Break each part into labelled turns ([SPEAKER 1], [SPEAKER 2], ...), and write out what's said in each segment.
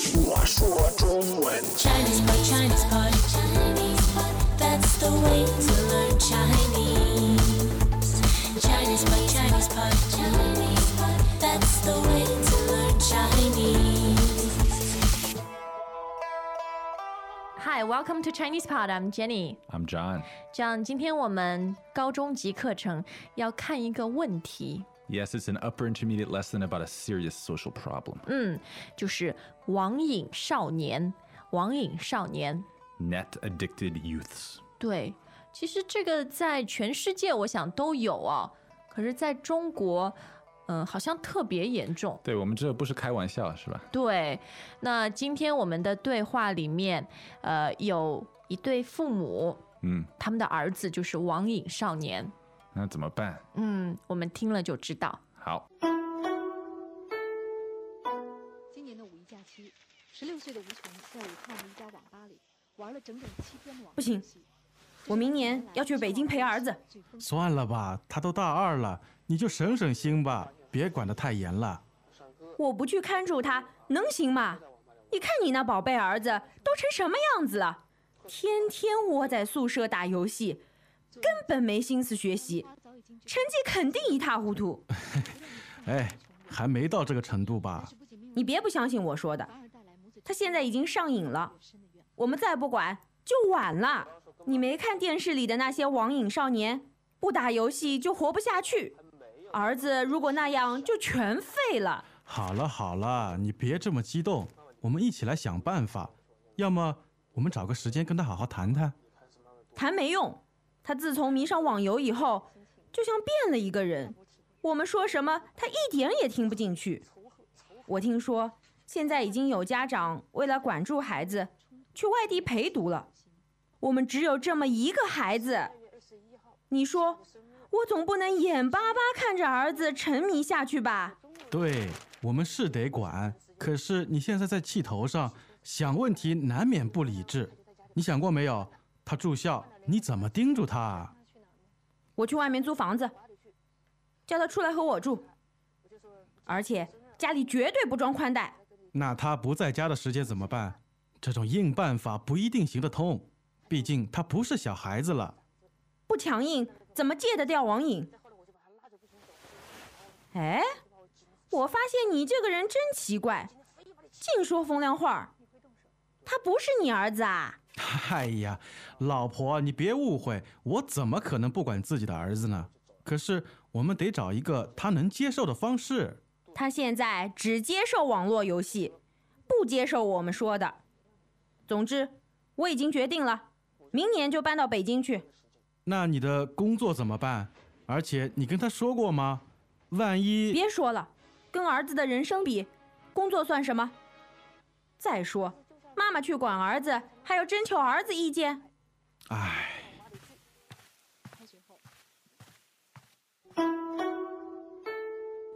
[SPEAKER 1] 说中文。
[SPEAKER 2] Chinese pot, Chinese pot, Chinese pot. That's the way to learn Chinese. Chinese pot, Chinese pot, Chinese pot. That's the way to learn Chinese.
[SPEAKER 3] Hi, welcome to Chinese Pod. I'm Jenny.
[SPEAKER 4] I'm John.
[SPEAKER 3] 这样，今天我们高中级课程要看一个问题，
[SPEAKER 4] Yes, it's an upper intermediate lesson about a serious social problem.
[SPEAKER 3] 嗯就是网瘾少年。网瘾少年，
[SPEAKER 4] Net addicted youths.
[SPEAKER 3] 对，其实这个在全世界我想都有啊、可是在中国，嗯、好像特别严重。
[SPEAKER 4] 对我们这不是开玩笑是吧？
[SPEAKER 3] 对，那今天我们的对话里面，呃，有一对父母，
[SPEAKER 4] 嗯，
[SPEAKER 3] 他们的儿子就是网瘾少年。
[SPEAKER 4] 那怎么办？
[SPEAKER 3] 嗯，我们听了就知道。
[SPEAKER 4] 好，
[SPEAKER 5] 今年的五一假期，十六岁的吴琼在武汉的一家网吧里玩了整整七天的网
[SPEAKER 6] 不行
[SPEAKER 5] 游戏
[SPEAKER 6] 我明年要去北京陪儿子。
[SPEAKER 7] 算了吧，他都大二了，你就省省心吧，别管得太严了。
[SPEAKER 6] 我不去看住他，能行吗？你看你那宝贝儿子都成什么样子了，天天窝在宿舍打游戏，根本没心思学习，成绩肯定一塌糊涂。
[SPEAKER 7] 哎，还没到这个程度吧？
[SPEAKER 6] 你别不相信我说的，他现在已经上瘾了，我们再不管就晚了。你没看电视里的那些网瘾少年，不打游戏就活不下去，儿子如果那样就全废了。
[SPEAKER 7] 好了好了，你别这么激动，我们一起来想办法。要么我们找个时间跟他好好谈谈。
[SPEAKER 6] 谈没用。他自从迷上网游以后，就像变了一个人。我们说什么，他一点也听不进去。我听说，现在已经有家长为了管住孩子，去外地陪读了。我们只有这么一个孩子，你说，我总不能眼巴巴看着儿子沉迷下去吧？
[SPEAKER 7] 对，我们是得管，可是你现在在气头上，想问题难免不理智。你想过没有？他住校，你怎么盯住他啊？
[SPEAKER 6] 我去外面租房子，叫他出来和我住，而且家里绝对不装宽带。
[SPEAKER 7] 那他不在家的时间怎么办？这种硬办法不一定行得通，毕竟他不是小孩子了。
[SPEAKER 6] 不强硬怎么戒得掉网瘾？哎，我发现你这个人真奇怪，净说风凉话儿。他不是你儿子啊？
[SPEAKER 7] 哎呀，老婆，你别误会，我怎么可能不管自己的儿子呢？可是我们得找一个他能接受的方式。
[SPEAKER 6] 他现在只接受网络游戏，不接受我们说的。总之，我已经决定了，明年就搬到北京去。
[SPEAKER 7] 那你的工作怎么办？而且你跟他说过吗？万一……
[SPEAKER 6] 别说了，跟儿子的人生比，工作算什么？再说，妈妈去管儿子，还要征求儿子意见。
[SPEAKER 7] 哎，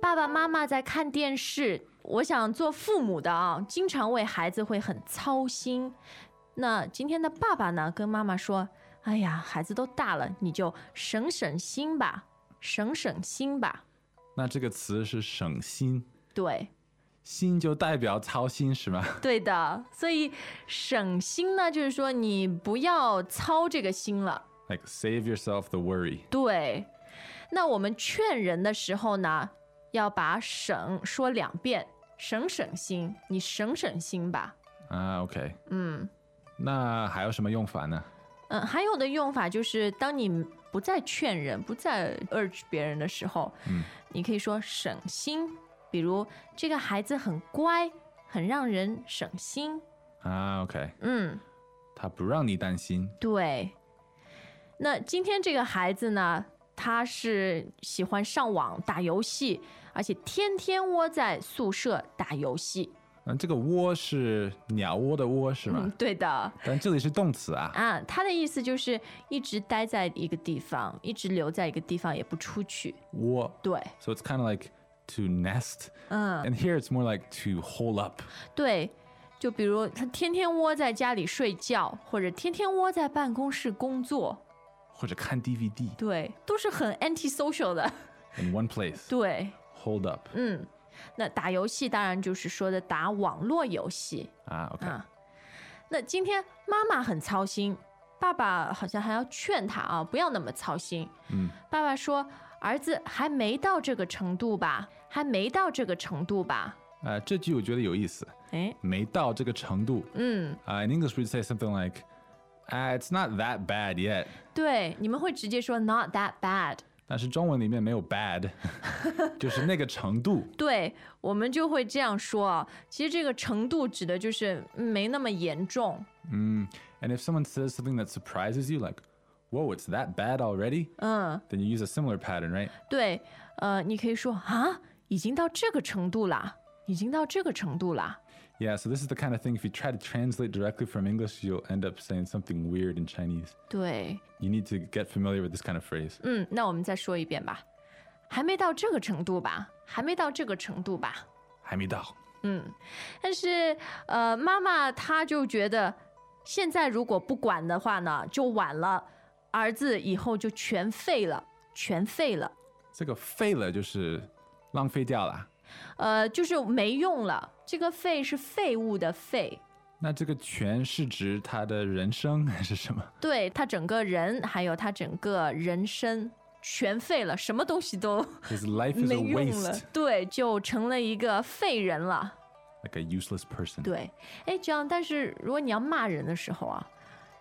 [SPEAKER 3] 爸爸妈妈在看电视，我想做父母的啊，经常为孩子会很操心。那今天的爸爸呢，跟妈妈说：“哎呀，孩子都大了，你就省省心吧，省省心吧。
[SPEAKER 4] 那这个词是省心，”
[SPEAKER 3] 对，
[SPEAKER 4] 心就代表操心是吗？
[SPEAKER 3] 对的。所以省心呢，就是说你不要操这个心了。
[SPEAKER 4] Like save yourself the worry.
[SPEAKER 3] 对，那我们劝人的时候呢，要把省说两遍，省省心，你省省心吧。
[SPEAKER 4] 啊，OK，
[SPEAKER 3] 嗯。
[SPEAKER 4] 那还有什么用法呢？
[SPEAKER 3] 嗯，还有的用法就是，当你不再劝人、不再 urge 别人的时候，
[SPEAKER 4] 嗯，
[SPEAKER 3] 你可以说省心，比如这个孩子很乖，很让人省心。
[SPEAKER 4] 啊，OK，
[SPEAKER 3] 嗯，
[SPEAKER 4] 他不让你担心，
[SPEAKER 3] 对。那今天这个孩子呢，他是喜欢上网打游戏，而且天天窝在宿舍打游戏。
[SPEAKER 4] 嗯，这个窝是鸟窝的窝是吗？
[SPEAKER 3] 嗯，对的。
[SPEAKER 4] 但这里是动词啊。
[SPEAKER 3] 啊，他的意思就是一直待在一个地方，一直留在一个地方，也不出去。
[SPEAKER 4] 窝。
[SPEAKER 3] 对，
[SPEAKER 4] So it's kind of like to nest,
[SPEAKER 3] 嗯。
[SPEAKER 4] and here it's more like to hole up.
[SPEAKER 3] 对，就比如他天天窝在家里睡觉，或者天天窝在办公室工作，
[SPEAKER 4] 或者看 DVD
[SPEAKER 3] 对，都是很 anti social 的。
[SPEAKER 4] in one place.
[SPEAKER 3] 对，
[SPEAKER 4] Hold up.
[SPEAKER 3] 嗯，那打游戏当然就是说的打网络游戏
[SPEAKER 4] Ah, okay.
[SPEAKER 3] 啊。那今天妈妈很操心，爸爸好像还要劝他啊，不要那么操心。
[SPEAKER 4] Mm.
[SPEAKER 3] 爸爸说：“儿子还没到这个程度吧？还没到这个程度吧？”
[SPEAKER 4] 呃，这句我觉得有意思，
[SPEAKER 3] 哎，
[SPEAKER 4] 没到 Ah, 这个程度。
[SPEAKER 3] 嗯，
[SPEAKER 4] Uh, in English, we'd say something like, "Ah, it's not that bad yet."
[SPEAKER 3] 对，你们会直接说 “not that bad”。
[SPEAKER 4] 但是中文里面没有 bad，就是那个程度。
[SPEAKER 3] 对，我们就会这样说啊。其实这个程度指的就是嗯没那么严重。
[SPEAKER 4] 嗯 And if someone says something that surprises you, like, "Whoa, it's that bad already?"
[SPEAKER 3] 嗯，
[SPEAKER 4] Then you use a similar pattern, right?
[SPEAKER 3] 对，呃，你可以说啊，已经到这个程度啦，已经到这个程度啦。
[SPEAKER 4] Yeah. So this is the kind of thing if you try to translate directly from English, you'll end up saying something weird in Chinese.
[SPEAKER 3] 对，
[SPEAKER 4] You need to get familiar with this kind of phrase.
[SPEAKER 3] 嗯，那我们再说一遍吧，还没到这个程度吧，还没到这个程度吧。
[SPEAKER 4] 还没到。
[SPEAKER 3] 嗯，但是呃，妈妈她就觉得，现在如果不管的话呢，就晚了，儿子以后就全废了，全废了，
[SPEAKER 4] 这个废了就是浪费掉了。
[SPEAKER 3] 呃，就是没用了。这个废是废物的废，
[SPEAKER 4] 那这个全是指他的人生还 是什么？
[SPEAKER 3] 对他整个人还有他整个人生全废了，什么东西都
[SPEAKER 4] His life is
[SPEAKER 3] 没
[SPEAKER 4] a
[SPEAKER 3] 用了
[SPEAKER 4] waste,，
[SPEAKER 3] 对，就成了一个废人了。
[SPEAKER 4] like a useless person.
[SPEAKER 3] 对，哎，这样，但是如果你要骂人的时候啊，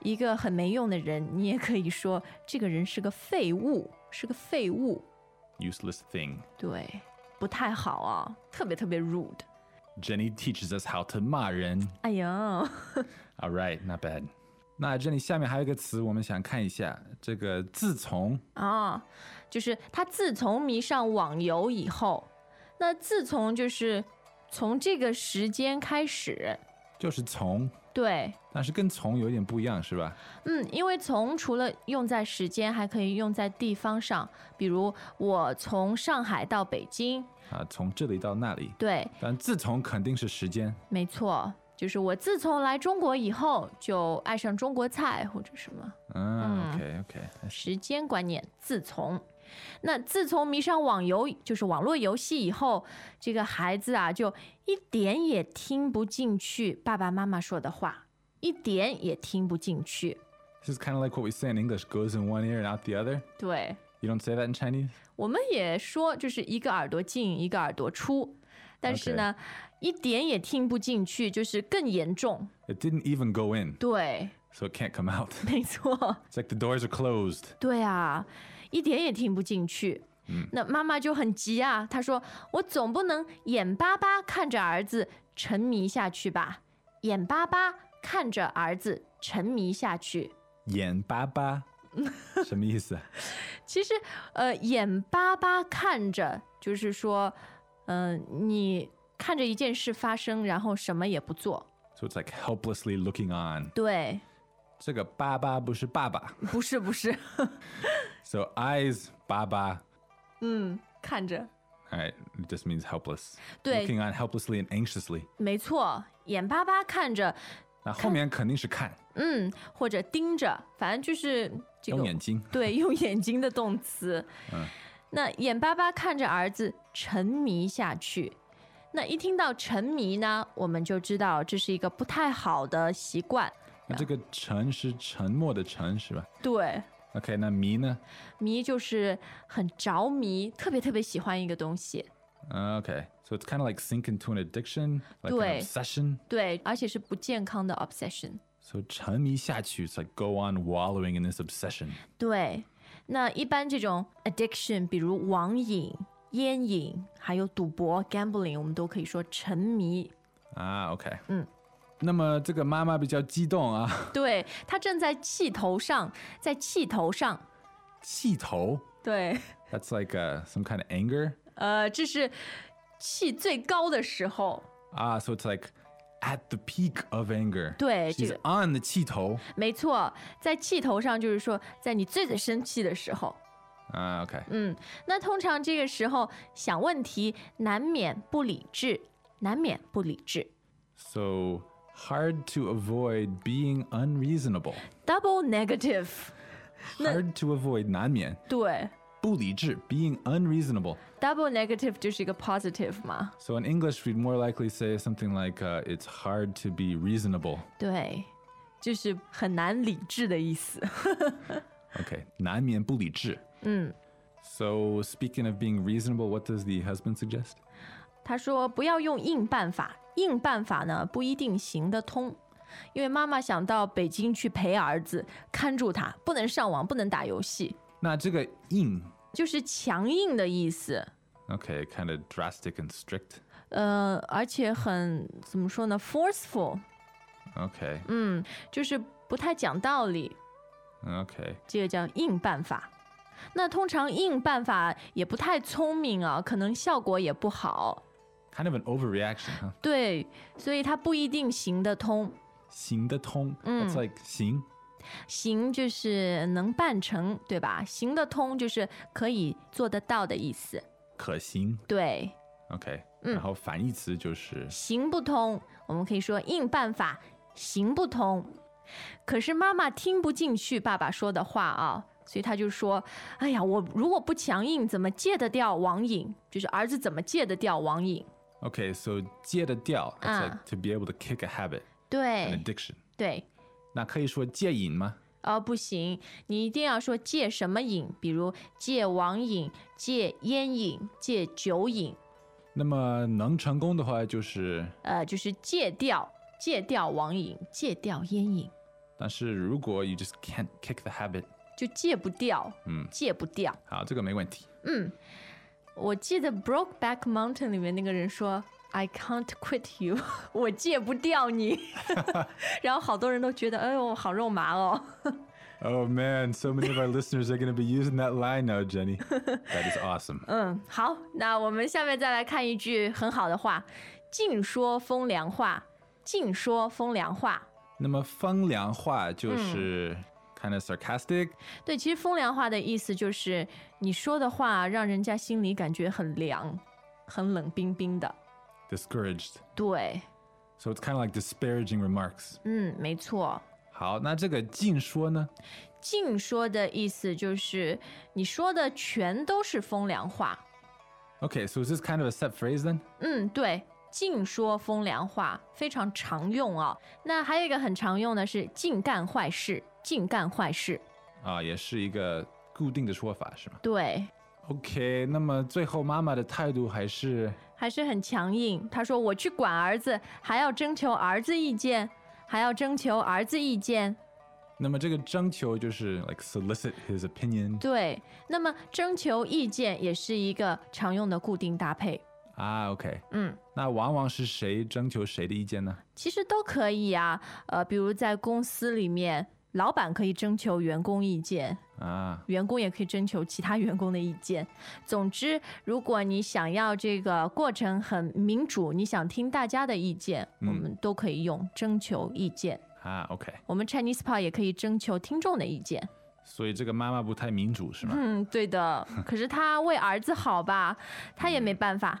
[SPEAKER 3] 一个很没用的人，你也可以说这个人是个废物，是个废物，
[SPEAKER 4] Useless thing.
[SPEAKER 3] 对，不太好啊，特别特别 rude。
[SPEAKER 4] Jenny teaches us how to 骂人。
[SPEAKER 3] 哎呀，
[SPEAKER 4] All right, not bad. 那这里下面还有一个词，我们想看一下。这个自从
[SPEAKER 3] 啊，就是他自从迷上网游以后，那自从就是从这个时间开始，
[SPEAKER 4] 就是从，
[SPEAKER 3] 对，
[SPEAKER 4] 但是跟从有点不一样，是吧？
[SPEAKER 3] 嗯，因为从除了用在时间，还可以用在地方上，比如我从上海到北京，
[SPEAKER 4] 啊，从这里到那里。
[SPEAKER 3] 对，
[SPEAKER 4] 但自从肯定是时间。
[SPEAKER 3] 没错，就是我自从来中国以后，就爱上中国菜或者什么
[SPEAKER 4] 嗯，OK OK，
[SPEAKER 3] 时间观念。自从，那自从迷上网游，就是网络游戏以后，这个孩子啊，就一点也听不进去爸爸妈妈说的话，一点也听不进去。
[SPEAKER 4] this is kind of like what we say in English: goes in one ear and out the other.
[SPEAKER 3] 对，
[SPEAKER 4] You don't say that in Chinese.
[SPEAKER 3] 我们也说，就是一个耳朵进，一个耳朵出，但是呢一点也听不进去，就是更严重。
[SPEAKER 4] It didn't even go in,
[SPEAKER 3] 对，
[SPEAKER 4] so it can't come out.
[SPEAKER 3] 没错。
[SPEAKER 4] It's like the doors are closed.
[SPEAKER 3] 对啊，一点也听不进去。那妈妈就很急啊，她说：“我总不能眼巴巴看着儿子沉迷下去吧？眼巴巴看着儿子沉迷下去。
[SPEAKER 4] 眼巴巴，什么意思啊？
[SPEAKER 3] 其实，呃，眼巴巴看着，就是说，嗯、你看着一件事发生，然后什么也不做。
[SPEAKER 4] So it's like helplessly looking on.
[SPEAKER 3] 对，
[SPEAKER 4] 这个巴巴不是爸爸
[SPEAKER 3] 不是，不是，
[SPEAKER 4] ，so eyes 巴巴。
[SPEAKER 3] 嗯，看着。”
[SPEAKER 4] All right, it just means helpless.
[SPEAKER 3] 对
[SPEAKER 4] looking on helplessly and anxiously.
[SPEAKER 3] 没错，眼巴巴看着，
[SPEAKER 4] 那后面肯定是看，
[SPEAKER 3] 嗯，或者盯着，反正就是这个
[SPEAKER 4] 用眼睛。
[SPEAKER 3] 对，用眼睛的动词。
[SPEAKER 4] 嗯
[SPEAKER 3] 那眼巴巴看着儿子沉迷下去。那一听到沉迷呢，我们就知道这是一个不太好的习惯。
[SPEAKER 4] 那这个沉是沉默的沉是吧
[SPEAKER 3] 对，
[SPEAKER 4] ？OK，那迷呢
[SPEAKER 3] 迷就是很着迷，特别特别喜欢一个东西。
[SPEAKER 4] 呃？OK，so、it's kind of like sink into an addiction, like
[SPEAKER 3] 对
[SPEAKER 4] an obsession.
[SPEAKER 3] 对，而且是不健康的 obsession。
[SPEAKER 4] So 沉迷下去，it's like go on wallowing in this obsession.
[SPEAKER 3] 对，那一般这种 addiction，比如网瘾、烟瘾，还有赌博 gambling，我们都可以说沉迷。
[SPEAKER 4] 啊，OK，
[SPEAKER 3] 嗯。
[SPEAKER 4] 那么这个妈妈比较激动啊，
[SPEAKER 3] 对他正在气头上，在气头上。
[SPEAKER 4] 气头
[SPEAKER 3] 对。
[SPEAKER 4] ，That's like uh, some kind of anger.
[SPEAKER 3] 呃，这是气最高的时候，
[SPEAKER 4] Ah, so it's like at the peak of anger.
[SPEAKER 3] 对，这
[SPEAKER 4] She's
[SPEAKER 3] 个
[SPEAKER 4] on the 气头
[SPEAKER 3] 没错，在气头上就是说，在你最最生气的时候，
[SPEAKER 4] 啊，OK、
[SPEAKER 3] 嗯，那通常这个时候想问题难免不理智，难免不理智
[SPEAKER 4] So hard to avoid being unreasonable.
[SPEAKER 3] ，double negative，
[SPEAKER 4] Hard to avoid 难免
[SPEAKER 3] 对，
[SPEAKER 4] 不理智 being unreasonable.
[SPEAKER 3] Double negative 就是一个 positive 嘛，
[SPEAKER 4] So in English, we'd more likely say something like uh, it's hard to be reasonable.
[SPEAKER 3] 对，就是很难理智的意思。
[SPEAKER 4] Okay, 难免不理智.
[SPEAKER 3] 嗯
[SPEAKER 4] So speaking of being reasonable, what does the husband suggest?
[SPEAKER 3] 他说不要用硬办法，硬办法呢不一定行得通，因为妈妈想到北京去陪儿子，看住他，不能上网，不能打游戏，
[SPEAKER 4] 那这个硬
[SPEAKER 3] 就是强硬的意思。
[SPEAKER 4] Okay, kind of drastic and strict.
[SPEAKER 3] 呃，而且很怎么说呢，forceful，
[SPEAKER 4] Okay,
[SPEAKER 3] 嗯，就是不太讲道理，
[SPEAKER 4] okay.
[SPEAKER 3] 这个叫硬办法。那通常硬办法也不太聪明啊，可能效果也不好。
[SPEAKER 4] Kind of an overreaction, huh?
[SPEAKER 3] 对，所以它不一定行得通。
[SPEAKER 4] 行得通. That's like 行.
[SPEAKER 3] 行就是能办成，对吧？行得通就是可以做得到的意思。
[SPEAKER 4] 可行.
[SPEAKER 3] 对，
[SPEAKER 4] Okay.
[SPEAKER 3] 嗯。
[SPEAKER 4] 然后反义词就是
[SPEAKER 3] 行不通，我们可以说硬办法行不通。可是妈妈听不进去爸爸说的话啊，所以他就说：“哎呀，我如果不强硬，怎么戒得掉网瘾？就是儿子怎么戒得掉网瘾
[SPEAKER 4] Okay, so 戒得掉. It's
[SPEAKER 3] 啊。
[SPEAKER 4] like to be able to kick a habit, an
[SPEAKER 3] 对？”对
[SPEAKER 4] addiction. 那可以说戒瘾吗？
[SPEAKER 3] 哦，不行，你一定要说戒什么瘾，比如戒网瘾、戒烟瘾、戒酒瘾，
[SPEAKER 4] 那么能成功的话，就是，
[SPEAKER 3] 呃，就是戒掉、戒掉网瘾、戒掉烟瘾，
[SPEAKER 4] 但是如果 you just can't kick the habit，
[SPEAKER 3] 就戒不掉，
[SPEAKER 4] 嗯，
[SPEAKER 3] 戒不掉。
[SPEAKER 4] 好，这个没问题。
[SPEAKER 3] 嗯，我记得《Brokeback Mountain》里面那个人说：“I can't quit you，我 戒不掉你。”然后好多人都觉得：“哎呦，好肉麻哦。
[SPEAKER 4] Oh man, so many of our listeners are going to be using that line now, Jenny. That is awesome. ”
[SPEAKER 3] 嗯，好，那我们下面再来看一句很好的话：“尽说风凉话，尽说风凉话。
[SPEAKER 4] 那么风凉话就是 kind of sarcastic，”
[SPEAKER 3] 对，其实风凉话的意思就是你说的话让人家心里感觉很凉，很冷冰冰的。
[SPEAKER 4] discouraged.
[SPEAKER 3] 对，
[SPEAKER 4] So it's kind of like disparaging remarks.
[SPEAKER 3] 嗯，没错。
[SPEAKER 4] 好，那这个尽说呢？
[SPEAKER 3] 净说的意思就是你说的全都是风凉话。
[SPEAKER 4] Okay, so is this kind of a set phrase then?
[SPEAKER 3] 嗯，对，净说风凉话非常常用啊、那还有一个很常用的是净干坏事，净干坏事。
[SPEAKER 4] 啊，也是一个固定的说法是吗
[SPEAKER 3] 对，
[SPEAKER 4] ？OK，那么最后妈妈的态度还是
[SPEAKER 3] 还是很强硬。他说我去管儿子，还要征求儿子意见，还要征求儿子意见。
[SPEAKER 4] 那么这个征求就是 like solicit his opinion
[SPEAKER 3] 对，那么征求意见也是一个常用的固定搭配。
[SPEAKER 4] 啊，OK，
[SPEAKER 3] 嗯。
[SPEAKER 4] 那往往是谁征求谁的意见呢？
[SPEAKER 3] 其实都可以啊，呃，比如在公司里面，老板可以征求员工意见，
[SPEAKER 4] 啊，
[SPEAKER 3] 员工也可以征求其他员工的意见。总之，如果你想要这个过程很民主，你想听大家的意见，
[SPEAKER 4] 嗯
[SPEAKER 3] 我们都可以用征求意见。
[SPEAKER 4] 啊，OK，
[SPEAKER 3] 我们 Chinese Pod 也可以征求听众的意见。
[SPEAKER 4] 所以这个妈妈不太民主是吗？
[SPEAKER 3] 嗯，对 的。可是他为儿子好吧，他也没办法。